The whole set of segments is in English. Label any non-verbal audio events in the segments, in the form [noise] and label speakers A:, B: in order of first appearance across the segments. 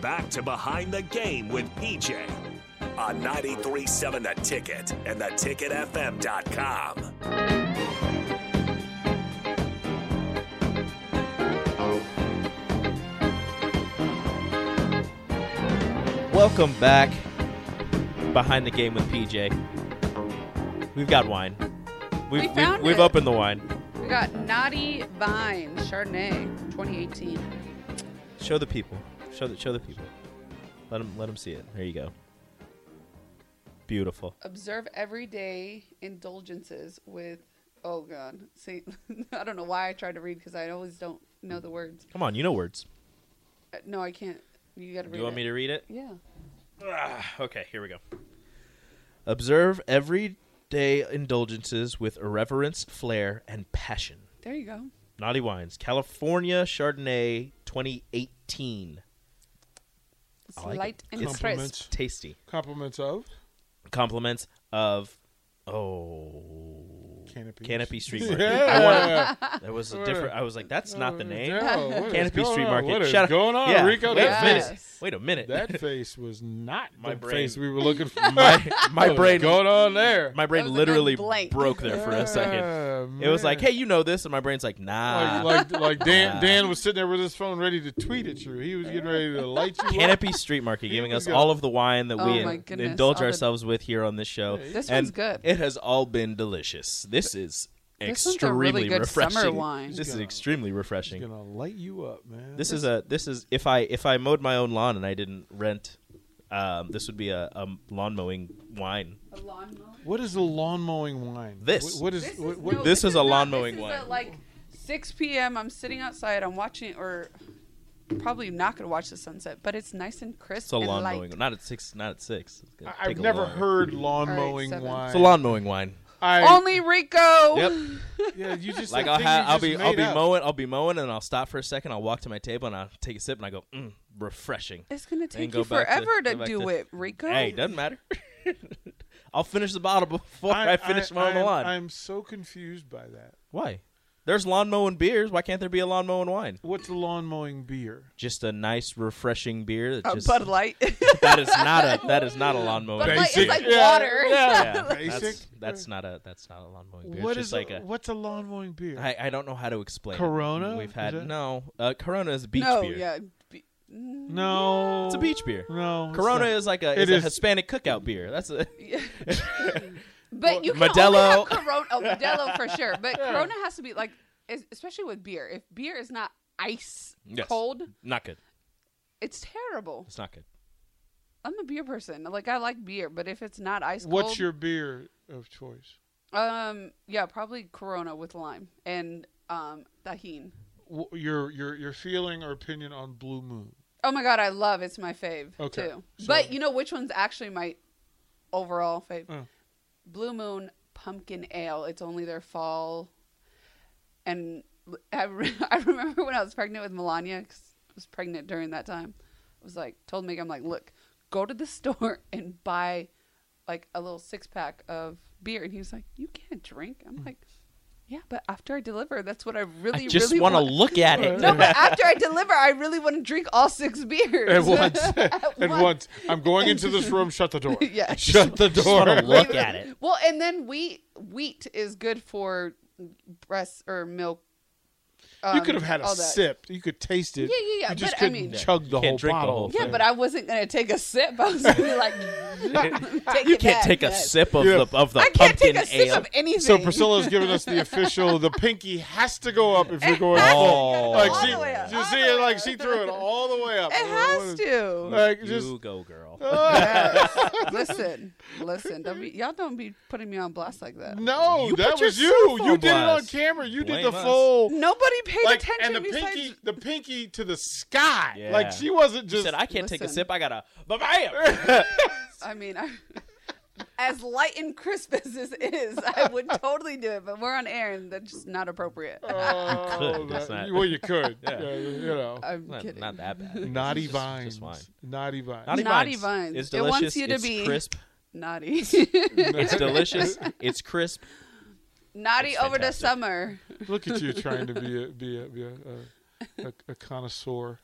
A: Back to Behind the Game with PJ on 93.7 The Ticket and theticketfm.com.
B: Welcome back behind the game with PJ. We've got wine. We've,
C: We found
B: we've, we've
C: it.
B: opened the wine.
C: We got Naughty Vine Chardonnay 2018.
B: Show the people. Show the show the people. Let them let them see it. There you go. Beautiful.
C: Observe everyday indulgences with. Oh god, Saint. [laughs] I don't know why I tried to read because I always don't know the words.
B: Come on, you know words.
C: Uh, No, I can't. You gotta read.
B: You want me to read it?
C: Yeah.
B: Okay, here we go. Observe everyday indulgences with irreverence, flair, and passion.
C: There you go.
B: Naughty Wines, California Chardonnay 2018.
C: It's
B: I like
C: light
B: it.
C: and
B: It's
C: crisp.
D: Compliments.
B: Tasty.
D: Compliments of
B: Compliments of oh
D: Canopy.
B: Canopy Street Market.
D: Yeah.
B: There was a different. I was like, that's not the name.
D: No, what is
B: Canopy
D: going
B: Street
D: on?
B: Market.
D: What is
B: Shut up.
D: going on,
B: yeah.
D: Rico?
B: Wait
D: That
B: a
C: Yes.
B: minute. Wait a minute.
D: [laughs] That face was not
B: My
D: the
B: brain.
D: face we
B: [laughs]
D: were looking for.
B: my my
D: What is
B: brain
D: going on there.
B: [laughs] my
C: That
B: brain
C: was a good
B: literally
C: blank.
B: broke there for a second. It
D: Yeah,
B: was like,
D: man.
B: hey, you know this, and my brain's like, nah.
D: Like,
B: [laughs]
D: like, like
B: Ah.
D: Dan, Dan was sitting there with his phone ready to tweet at you. He was getting ready to light you up.
B: Canopy Street Market giving us
D: go.
B: all of the wine that we
C: Oh my
B: in-
C: goodness,
B: indulge
C: all the-
B: ourselves with here on this show.
C: This
B: and
C: one's good.
B: It has all been delicious. This is
C: This one's a
B: extremely
C: really good summer
B: refreshing.
C: wine.
B: This is extremely
D: He's
B: refreshing.
D: gonna light you up, man.
B: This is a this is if I if I mowed my own lawn and I didn't rent, um, this would be a, a lawn mowing wine.
C: A lawn mower?
D: what is a lawn mowing wine?
B: This.
D: What, what is?
C: This is,
D: what,
C: no,
D: what,
B: This is a
C: not-
B: lawn
C: this
B: mowing
C: is
B: one.
C: at, like 6 p.m. I'm sitting outside. I'm watching, or probably not going to watch the sunset, but it's nice and crisp.
B: It's a
C: and
B: lawn
C: light.
B: mowing. Not at six. Not at six. It's gonna
D: I- I've
B: take a
D: never
B: long-
D: heard lawn
C: All right,
D: mowing
C: seven. Um,
D: wine.
B: It's a lawn mowing wine.
D: I,
C: Only Rico.
D: [laughs]
B: Yep.
D: yeah, you just
B: like
D: that
B: I'll
D: thing
B: ha-
D: you
B: I'll
D: just
B: be I'll
D: made
B: be
D: up.
B: mowing I'll be mowing and I'll stop for a second. I'll walk to my table and I'll take a sip and I go mm, refreshing.
C: It's going to take
B: go
C: you
B: back to-
C: forever to,
B: go back
C: do
B: to-
C: it, Rico.
B: Hey, doesn't matter. [laughs] I'll finish the bottle [laughs] before I, finish mowing the
D: I'm-
B: lawn.
D: I'm so confused by that.
B: Why? There's lawn mowing beers. Why can't there be a lawn mowing wine?
D: What's a lawn mowing beer?
B: Just a nice, refreshing beer. That
C: Uh,
B: just
C: Bud Light.
B: [laughs]
C: [laughs]
B: that is not a that is not a lawn mowing.
C: Bud
B: beer.
C: Light is like
D: Yeah,
C: water. [laughs]
D: yeah.
B: [laughs] Yeah, That's,
D: Basic.
B: that's not a that's not a lawn mowing beer.
D: What
B: it's
D: is
B: just like
D: a,
B: a
D: what's a lawn mowing beer?
B: I, I don't know how to explain. it.
D: Corona?
B: We've
D: Is
B: had
D: it?
B: no uh, Corona is beach
C: no,
B: beer.
C: yeah. Be- mm,
D: no,
B: It's a beach beer.
D: No, it's
B: Corona
D: not.
B: is like a
D: It
B: is, a
D: is.
B: Hispanic cookout beer. That's a [laughs]
C: But you can
B: Modelo.
C: only have Corona. Oh,
B: [laughs]
C: Modelo for sure. But Corona has to be like, es- especially with beer. If beer is not ice
B: Yes.
C: cold,
B: not good.
C: it's terrible.
B: It's not good.
C: I'm a beer person. Like I like beer, but if it's not ice cold,
D: What's your beer of choice?
C: um yeah probably Corona with lime and um tahine.
D: Wh- Your your your feeling or opinion on Blue Moon?
C: Oh my god, I love it's my fave
D: Okay,
C: too.
D: so-
C: But you know which one's actually my overall fave?
D: Mm.
C: Blue Moon Pumpkin Ale. It's only their fall, and I, re- [laughs] I remember when I was pregnant with Melania. 'cause I was pregnant during that time. I was like, told Meg, I'm like, look, go to the [laughs] store and buy like a little six pack of beer, and he was like, you can't drink. I'm like. Yeah, but after I deliver, that's what I really,
B: I just
C: really
B: want to
C: want.
B: look at
C: [laughs]
B: it. [laughs]
C: No, but after I deliver, I really want to drink all six [laughs] beers.
D: At once, [laughs] at
C: once.
D: once. I'm going into this room. Shut the door.
C: [laughs] Yeah.
D: Shut the
B: just want to
D: door.
B: look at
C: [laughs]
B: it.
C: Well, and then wheat wheat is good for breast or milk.
D: you
C: um,
D: could have had a
C: all that.
D: sip. You could taste it.
C: Yeah, yeah, yeah,
D: You just
C: but I
D: couldn't
C: mean-
D: chug the
B: Can't
D: whole
B: drink the
D: bottle.
B: whole
C: Yeah,
B: thing.
C: but I wasn't gonna take a sip. I was gonna be [laughs] like,
D: [laughs]
C: take
B: You
C: it
B: can't
C: back,
B: take a
C: but-
B: sip of
D: Yeah.
B: the of the
C: I can't
B: pumpkin
C: take a
B: ale.
C: sip of anything.
D: So Priscilla's giving
C: [laughs]
D: us the official. The pinky has to go up if you're going.
B: Oh.
D: full. like
B: All
D: she,
B: the way
C: up,
D: you
C: all
D: see
C: the
D: it
C: way
D: like
C: up.
D: she threw it all the way up.
C: it has [laughs] to.
D: [laughs] Like just uh,
B: you go,
D: [laughs]
B: girl.
C: [laughs] listen, listen. Don't be, y'all don't be putting me on blast like that.
D: no,
B: You
D: that
B: put
D: was
B: yourself
D: you.
B: on
D: You did it on
B: blast.
D: camera. You
B: Blame
D: did the
B: us.
D: full.
C: Nobody paid
D: like
C: attention
D: and the
C: besides-
D: pinky, the pinky to the sky.
B: Yeah.
D: Like she wasn't just. [laughs]
B: said I can't take a
C: Listen.
B: sip. I gotta
C: [laughs]
B: bam.
C: I mean, I, [laughs] as light and crisp as this is, I
D: [laughs]
C: would totally do it, but we're on air and that's just not appropriate.
D: Oh,
B: could,
D: that-
B: that's not- [laughs]
D: well, you could.
B: Yeah.
D: yeah, you know.
C: I'm
B: not,
C: kidding.
B: not that bad.
C: [laughs]
D: Naughty
B: It's just-
D: vines.
B: just fine.
D: Naughty vines.
B: Naughty,
C: Naughty
B: vines.
C: Vines.
B: It's
C: It wants
B: delicious.
C: you to
B: it's
C: be-
B: crisp.
C: Naughty.
D: [laughs]
B: It's delicious. it's crisp.
C: [laughs] Naughty
B: That's
C: over the
B: fantastic.
C: summer.
D: Look at you trying to be a be a be a, a, a, a connoisseur.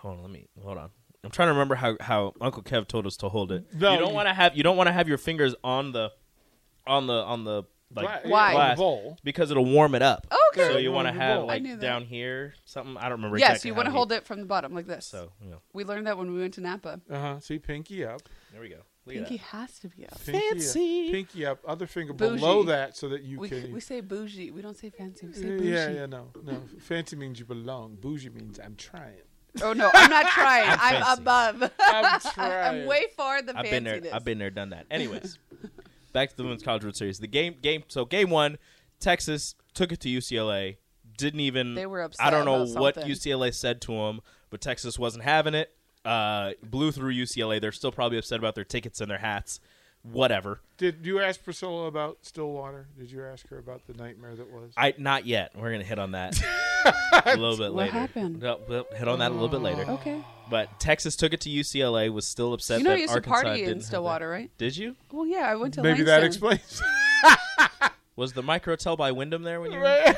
B: Hold on, let me hold on. I'm trying to remember how, how Uncle Kev told us to hold it.
D: No,
B: you don't
D: you-
B: want to have you don't want to have your fingers on the on the on the like
D: Gla-
C: Why?
D: yeah,
B: glass
D: a bowl.
B: because it'll warm it up.
C: Oh, Okay.
B: So you
D: Yeah,
B: want to
D: the
B: have
D: bowl.
C: I knew
B: like
C: that.
B: down here something. I don't remember.
C: yes,
B: exactly
C: you
B: want to
C: hold it from the bottom like this.
B: So you know,
C: we learned that when we went to Napa.
D: Uh huh. See, pinky up.
B: there we go. Look at
C: Pinky
B: that.
C: has to be up.
D: Pinky
B: Fancy.
D: Up, pinky up. Other finger
C: Bougie.
D: below that, so that you
C: We,
D: can.
C: we say bougie. We don't say fancy. We say
D: Yeah,
C: bougie.
D: yeah, yeah, no, no. Fancy means you belong. Bougie means I'm trying.
C: [laughs] Oh no,
B: [laughs]
C: I'm not trying. I'm,
B: fancy.
C: above. [laughs]
D: I'm
C: I'm
D: trying.
C: way far the
B: I've been there.
C: fanciness.
B: I've been there,
C: [laughs]
B: done that. Anyways, back to the Women's College World Series. The game, game. So game one, Texas took it to UCLA. Didn't even.
C: They were
B: I don't
C: upset
B: know
C: about
B: what
C: something.
B: UCLA said to them, but Texas wasn't having it. Uh, blew through UCLA. They're still probably upset about their tickets and their hats. Whatever.
D: Did you ask Priscilla about Stillwater? Did you ask her about the nightmare that was?
B: I not yet. We're gonna hit on
C: [laughs]
B: that a little bit
C: What
B: later.
C: happened?
B: No, we'll hit on that a little bit later.
C: Okay.
B: But Texas took it to UCLA. Was still upset.
C: Oh. You know I
B: that
C: used to
B: Arkansas
C: party
B: didn't
C: in
B: have
C: Stillwater,
B: that.
C: right?
B: Did you?
C: Well, yeah, I went to
D: Maybe that
C: Langston.
D: explains.
C: [laughs]
B: Was the microtel by Wyndham there when you? were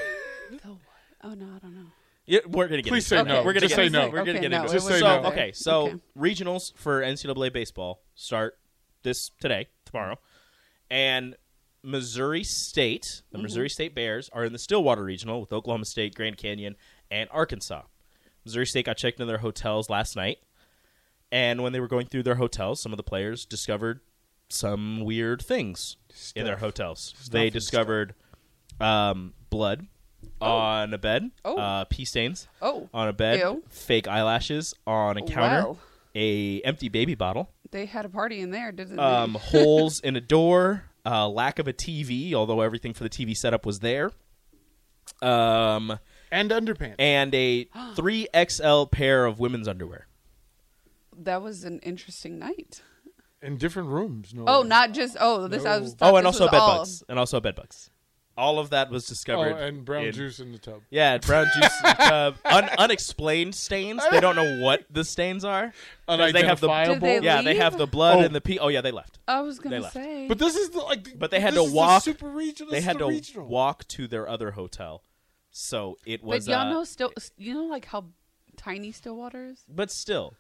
C: Oh no, I don't know.
B: Yeah, we're gonna get.
D: Please
B: into
D: say
B: it.
D: no.
B: We're gonna get
D: Just say
B: into it.
D: no.
B: We're gonna
C: Okay,
B: get
C: no,
B: into
C: it
B: it.
D: Just say
B: so,
D: no.
B: Okay, so
C: Okay.
B: regionals for NCAA baseball start this today, tomorrow, and Missouri State, the Missouri State Bears, are in the Stillwater Regional with Oklahoma State, Grand Canyon, and Arkansas. Missouri State got checked into their hotels last night, and when they were going through their hotels, some of the players discovered some weird things in their hotels. they
D: and
B: discovered um, blood on a bed,
C: Oh.
B: uh, pee stains
C: Oh.
B: on a bed,
C: Ew.
B: fake eyelashes on a counter,
C: Wow.
B: a empty baby bottle,
C: They had a party in there, didn't [laughs]
B: um, holes in a door, uh, lack of a TV, although everything for the TV setup was there, um,
D: and underpants.
B: and
C: [gasps]
B: a three XL pair of women's underwear.
C: they? That was an interesting night.
D: in different rooms. No.
C: Oh,
D: less.
C: not just oh this. I was
B: Oh,
C: thought
B: and
C: this
B: also
C: was
B: bed
C: all-
B: bugs, and also bed bugs. All of that was
D: Oh,
B: discovered.
D: and brown
B: in-
D: juice in the tub.
B: Yeah, brown
D: [laughs]
B: juice. in the tub. Un- unexplained stains. They don't know what the stains
D: [laughs]
B: are. 'Cause They have the
C: Did they
B: yeah, they
C: leave?
B: have the blood
D: Oh.
B: and the pee. Oh yeah, they left.
C: I was
B: They
C: gonna
B: left.
C: say,
D: But this is the like.
B: But they had
D: this
B: to
D: is
B: walk-
D: The super regional.
B: they
D: This is
B: had
D: the
B: to
D: regional.
B: walk to their other hotel. So it
C: but
B: was.
C: y'all
B: uh,
C: know still, you know like how tiny Stillwater is.
B: but still,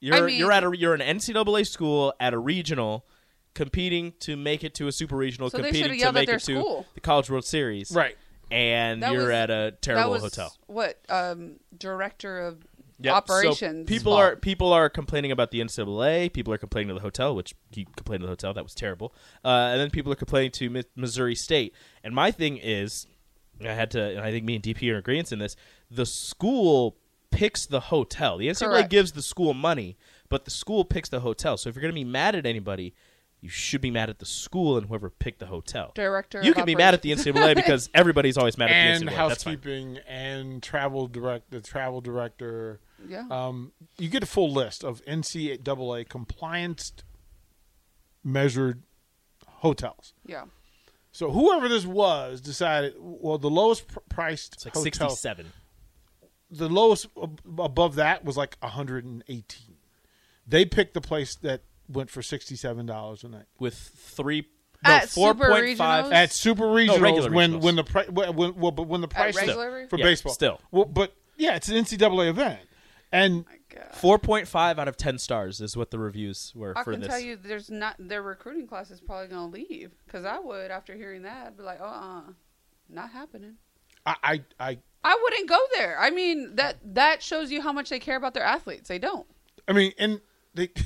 B: you're
C: mean-
B: you're at a you're an NCAA school at a regional, competing to make it to a super regional,
C: So they
B: competing
C: should've
B: to
C: yelled at
B: make
C: their
B: it to
C: school.
B: the College World Series,
D: Right.
B: And
C: That
B: you're
C: was-
B: at a
C: that
B: terrible
C: was
B: hotel.
C: what um, director of
B: Yep, so
C: operations.
B: people
C: fault.
B: are people are complaining about the NCAA. People are complaining to the hotel, which he complained to the hotel. That was terrible. Uh, and then people are complaining to Mi- Missouri State. And my thing is, I had to. And I think me and DP are in agreement in this. The school picks the hotel. The NCAA
C: Correct.
B: gives the school money, but the school picks the hotel. So if you're going to be mad at anybody. You should be mad at the school and whoever picked the hotel.
C: Director
B: You
C: of
B: can be mad at the NCAA because everybody's always mad at
D: [laughs] And
B: the NCAA. That's fine.
D: housekeeping and travel direct. The travel director.
C: Yeah.
D: Um, you get a full list of NCAA compliance measured hotels.
C: yeah.
D: So whoever this was decided. Well, the lowest pr- priced
B: It's like
D: hotel.
B: sixty-seven.
D: the lowest ab- above that was like 118. They picked the place that went for $67 a night.
B: with three no,
C: At
B: four
C: Super
B: point five.
C: Regionals?
D: At super regionals,
B: regular
D: when
B: regionals.
D: when the pri- when, when, well, but when the price
C: regular
D: for
B: regionals?
D: baseball
B: Yeah, still.
D: well, but yeah, it's an NCAA event, and
B: Four point five out of ten stars is what the reviews were
C: I
B: for
C: can
B: this.
C: tell you, there's not their recruiting class is probably gonna leave because I would after hearing that I'd be like, uh, uh not happening.
D: I I, I
C: I wouldn't go there. I mean that that shows you how much they care about their athletes. They don't.
D: I mean, and they [laughs]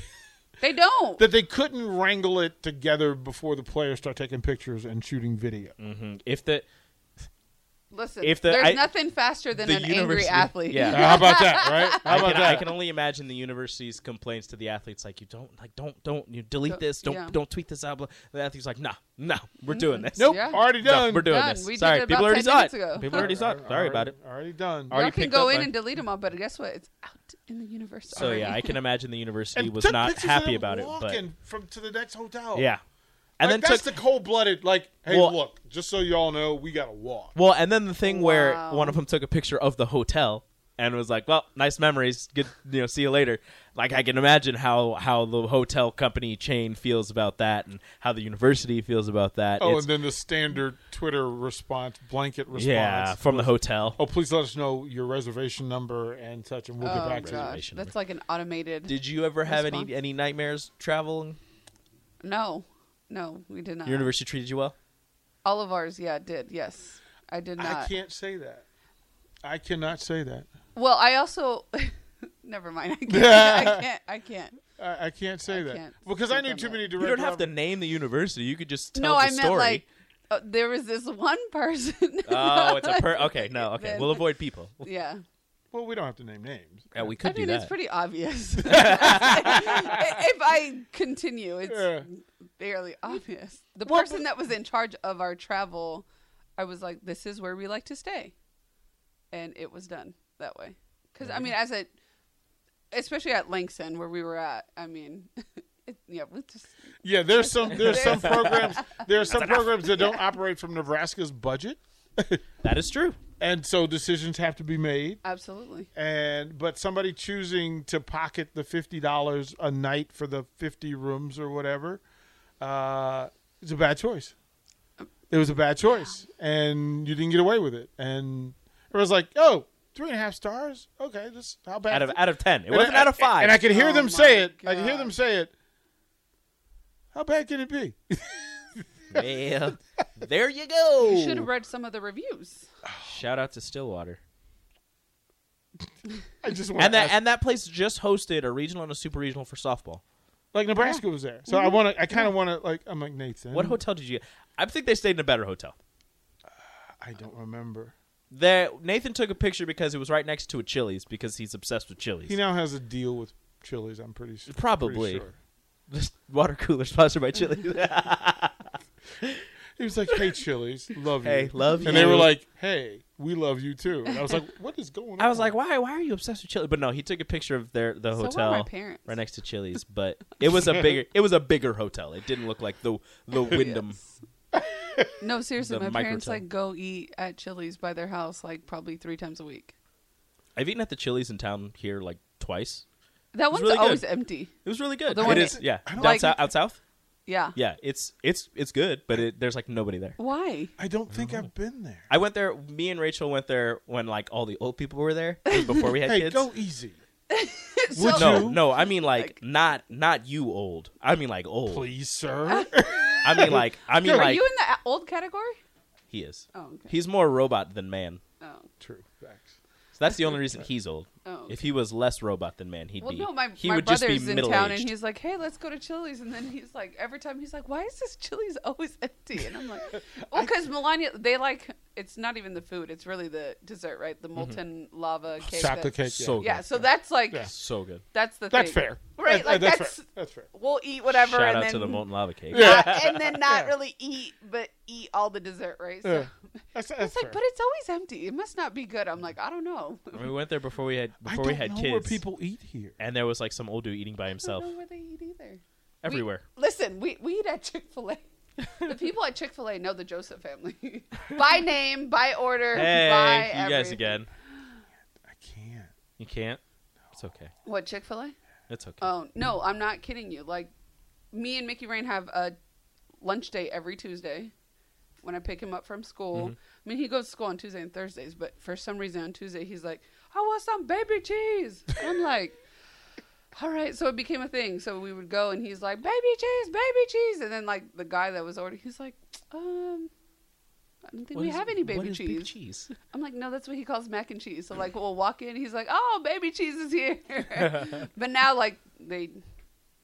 C: They don't.
D: that they couldn't wrangle it
B: Mm. Mm-hmm.
D: together before the players start taking pictures and shooting video.
B: Mhm. If the
C: Listen,
B: If the-
C: there's
B: I-
C: nothing faster than
B: the
C: an angry
B: university-
C: athlete.
B: yeah.
D: Now, how
B: [laughs]
D: about that, right? How
B: I
D: about
B: can, I
D: that?
B: can only imagine the university's complaints to the athletes like you don't like don't don't you delete
C: Don't-
B: this don't
C: yeah. Mm-hmm.
B: don't tweet this out. blah." The athlete's like no no we're doing this
D: nope,
C: Yeah.
D: already
B: no,
D: done.
B: we're doing
C: Done.
B: this.
C: We did
B: Sorry,
C: it
B: people
C: about
B: already
C: 10
B: saw it.
C: minutes ago.
B: People already saw it. Sorry about it.
D: Already done.
B: Already
C: Y'all can
B: picked
C: go
B: up
C: in
B: by-
C: and delete them all, but guess what? It's out in the universe.
B: So
C: already.
B: yeah,
C: [laughs]
B: I can imagine the university
D: And
B: was
D: took
B: not
D: pictures of
B: happy
D: them
B: about it, but
D: walking from to the next hotel.
B: yeah, and
D: and like,
B: then
D: that's
B: took
D: the cold blooded. Like, hey,
B: Well-
D: look, just so y'all know, we gotta walk.
B: Well, and then the thing where
C: Wow.
B: one of them took a picture of the hotel and was like, "Well, nice memories. Good, you know, see you later." Like I can imagine how how the hotel company chain feels about that and how the university feels about that.
D: Oh,
B: It's-
D: and then the standard Twitter response, blanket response.
B: yeah, from the hotel.
D: Oh, please let us know your reservation number and such, and we'll get
C: Oh,
D: back to you.
C: gosh.
B: reservation.
C: That's like an automated.
B: Did you ever have any
C: Response.
B: any nightmares traveling?
C: no, no, we did not.
B: Your university treated you well?
C: All of ours, yeah, did. Yes. I did not.
D: I can't say that. I cannot say that.
C: Well, I also. [laughs] Never mind.
B: [laughs]
C: I can't. I can't. I can't.
D: I, I can't say
C: I
D: that
C: can't
D: because I
C: speak
D: knew
C: on
D: too
C: that.
D: many
B: You
D: direct.
B: don't have to
D: route-
B: name the university. You could just tell
C: no,
B: the
C: I meant
B: story.
C: like [laughs] uh, there was this one person. [laughs]
B: oh, it's a per. Okay, no, okay.
C: Then-
B: We'll avoid people.
C: yeah.
D: Well, we don't have to name names.
B: Yeah, we could
C: I mean,
B: do that.
C: it's
B: [laughs]
C: pretty obvious. [laughs] if I continue, it's
D: Yeah.
C: barely obvious. The
D: Well,
C: person that was in charge of our travel, I was like, "This is where we like to stay," and it was done that way. Because
B: Mm-hmm.
C: I mean, as a, especially at Langston where we were at, I mean, [laughs] it, yeah, we just
D: Yeah,
C: [laughs]
D: there's some there's some programs there are some programs
B: [laughs]
D: that don't operate from Nebraska's budget,
B: that is true.
D: and so decisions have to be made.
C: absolutely.
D: And but somebody choosing to pocket the fifty dollars a night for the fifty rooms or whatever, uh, it's a bad choice. It was a bad choice, and you didn't get away with it. And it was like, oh, three and a half stars. Okay, this how bad
B: Out of
D: is it?
B: out of ten, it
D: And
B: wasn't
D: I-
B: out of five.
D: And I could hear
C: Oh
D: them
C: my
D: say it. I could hear
C: God.
D: them say it. How bad can it be? [laughs]
B: Well, there you go.
C: You should have read some of the reviews.
B: Shout out to Stillwater.
D: I just want
B: And
D: to
B: that and that place just hosted a regional and a super regional for softball.
D: like Nebraska was there,
C: Mm-hmm.
D: so I want to. I kind of want to like. I'm like Nathan.
B: What hotel did you get? I think they stayed in a better hotel.
D: I don't remember.
B: There, Nathan took a picture because it was right next to a Chili's because he's obsessed with Chili's.
D: He now has a deal with Chili's. I'm pretty sure.
B: Probably.
D: Pretty sure.
B: [laughs] This water cooler sponsored by Chili's.
D: He was like, "Hey, Chili's, love you."
B: Hey, love
D: And they
B: you.
D: were like, "Hey, we love you too." And I was like, "What is going
B: [laughs]
D: on?"
B: I was like, why? Why are you obsessed with Chili's? But no, he took a picture of their the
C: So were
B: hotel
C: my parents.
B: right next to
C: [laughs]
B: Chili's. But it was a bigger it was a bigger hotel. It didn't look like the the Wyndham.
C: No, seriously,
B: The
C: my parents
B: microtel.
C: like go eat at Chili's by their house like probably three times a week.
B: I've eaten at the Chili's in town here like twice.
C: That one's
B: really good.
C: always empty.
B: It was really good.
C: The
B: it
C: one-
B: is, yeah.
D: I
B: Down
D: don't
C: like-
B: south, out south.
C: Yeah.
B: Yeah, it's it's it's good, but it, there's like nobody there.
C: Why?
D: "I don't think I've been there."
B: I went there. Me and Rachel went there when like all the old people were there it was before we had
D: [laughs] hey,
B: kids.
D: go easy.
C: So-
B: no, no, I mean like, not not you old. I mean like old.
D: Please, [laughs] sir.
B: I mean like I mean
C: Are
B: like
C: you in the old category?
B: he is.
C: Oh, okay.
B: He's more robot than man.
C: Oh.
D: True. Facts.
B: So that's the only reason he's old.
C: Oh.
B: If he was less robot than man, he'd
C: Well,
B: be.
C: no, my,
B: he
C: my
B: would just
C: brother's
B: be
C: in
B: middle
C: town,
B: aged.
C: and he's like, "Hey, let's go to Chili's." And then he's like, every time he's like, "Why is this Chili's [laughs] always empty?" And
B: [laughs]
C: I'm like, "Well, because Melania, they like it's not even the food; it's really the dessert, right?
B: Mm-hmm.
C: The molten lava cake.
D: Chocolate
C: that-
D: cake.
B: So
C: Yeah,
B: good.
C: so that's like
B: So good.
C: that's the
D: That's
C: thing.
D: fair.
C: right?
D: That-
C: like
D: that's
C: that's,
D: fair. That's fair.
C: We'll eat whatever,
B: Shout
C: and
B: out
C: then
B: to the molten lava cake.
C: not- and then not really eat, but eat all the dessert, right? So
D: Yeah. That's, that's
C: it's like,
D: fair.
C: but it's always empty. It must not be good. I'm like, I don't know. [laughs] I
B: We went there before we had
D: I
B: before
D: don't
B: we had
D: know
B: kids.
D: where people eat here.
B: And there was like some old dude eating by himself
C: [laughs] don't know where they eat either.
B: everywhere.
C: We, listen, we, we eat at Chick
B: [laughs]
C: fil A. the people at Chick fil A know the Joseph family [laughs] by name, by order,
B: Hey,
C: by
B: you guys
C: everything.
B: again.
D: I can't.
B: You can't. It's okay.
C: What, Chick fil A?
B: It's okay.
C: Oh, no, I'm not kidding you. Like, me and Mickey Rain have a lunch date every Tuesday when I pick him up from school. I mean, he goes to school on Tuesday and Thursdays, but for some reason on Tuesday, he's like, I want some baby cheese. I'm like, [laughs] all right. So it became a thing. So we would go and he's like, baby cheese, baby cheese. And then, like, the guy that was ordering, he's like, um, I don't think we have any baby cheese.
B: cheese?
C: I'm like, no, that's what he calls mac and cheese. So like, we'll walk in, he's like, oh, baby cheese is here. but now like they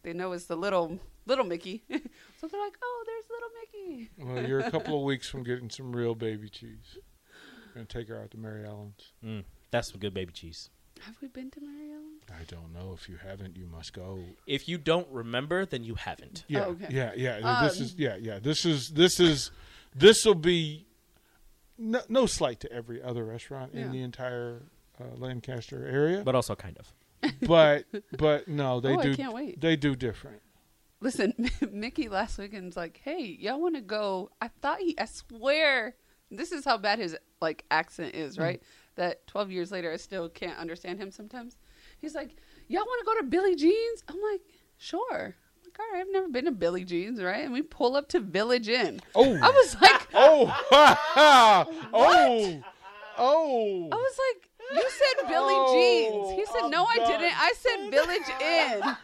C: they know it's the little little Mickey, [laughs] so they're like, oh, there's little Mickey.
D: Well, you're a couple of weeks from getting some real baby cheese. We're gonna take her out to Mary Ellen's.
B: Mm, that's some good baby cheese.
C: Have we been to Mary Ellen?
D: I don't know if you haven't. You must go.
B: If you don't remember, then you haven't.
D: Yeah,
C: Oh, okay. Um,
D: yeah, yeah. this is yeah, yeah. This is this is this will be no, no slight to every other restaurant in
C: Yeah.
D: the entire uh, Lancaster area,
B: But also kind of.
D: but
C: [laughs]
D: but no, they
C: Oh, I
D: do.
C: can't wait.
D: They
C: [laughs]
D: do different.
C: Listen, [laughs] Mickey last weekend's like, "Hey, y'all want to go?" I thought he, I swear, this is how bad his like accent is,
D: Mm.
C: right? That twelve years later, I still can't understand him sometimes. He's like, "Y'all want to go to Billy Jean's?" I'm like, "Sure." I'm like, all right, I've never been to Billy Jean's, right? And we pull up to Village Inn.
D: Oh.
C: I was like,
D: Oh, oh, oh.
C: I was like, you said Billy Jeans. He said,
D: I'm
C: no, I
D: done.
C: didn't. I said Village Inn.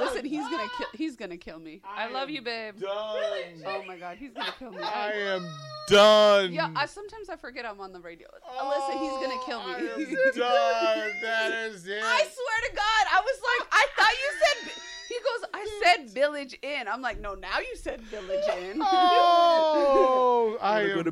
C: Listen, he's gonna kill. He's gonna kill me. I, love you, babe.
D: done.
C: Oh my God, he's gonna kill me.
D: I am done.
C: yeah, I, sometimes I forget I'm on the radio. Alyssa, he's gonna kill
D: I
C: me.
D: am Oh,
C: [laughs]
D: done. That is it.
C: I swear to God, I was like, I thought you said. Bi- He goes, I said Village Inn. I'm like, no, now you said
D: [laughs]
C: Village Inn.
D: Oh, I am, I
C: [laughs]
D: am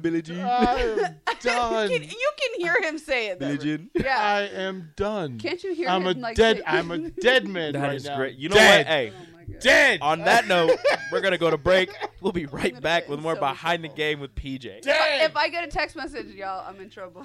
D: done.
C: Can- you can hear him say it. though.
B: Village Inn.
C: Yeah.
D: [laughs] I am done.
C: Can't you hear
D: I'm
C: him,
D: a
C: like,
D: dead.
C: say- [laughs]
D: I'm a dead man
B: That is
D: right now.
B: great. You know
D: dead.
B: what? Hey,
C: Oh
D: dead.
B: on that
C: [laughs]
B: note, we're going to go to break. We'll be right
C: gonna
B: back
C: get
B: with
C: in
B: more
C: so much
B: Behind the Game with PJ.
D: dead.
C: If I get a text message, y'all, I'm in trouble.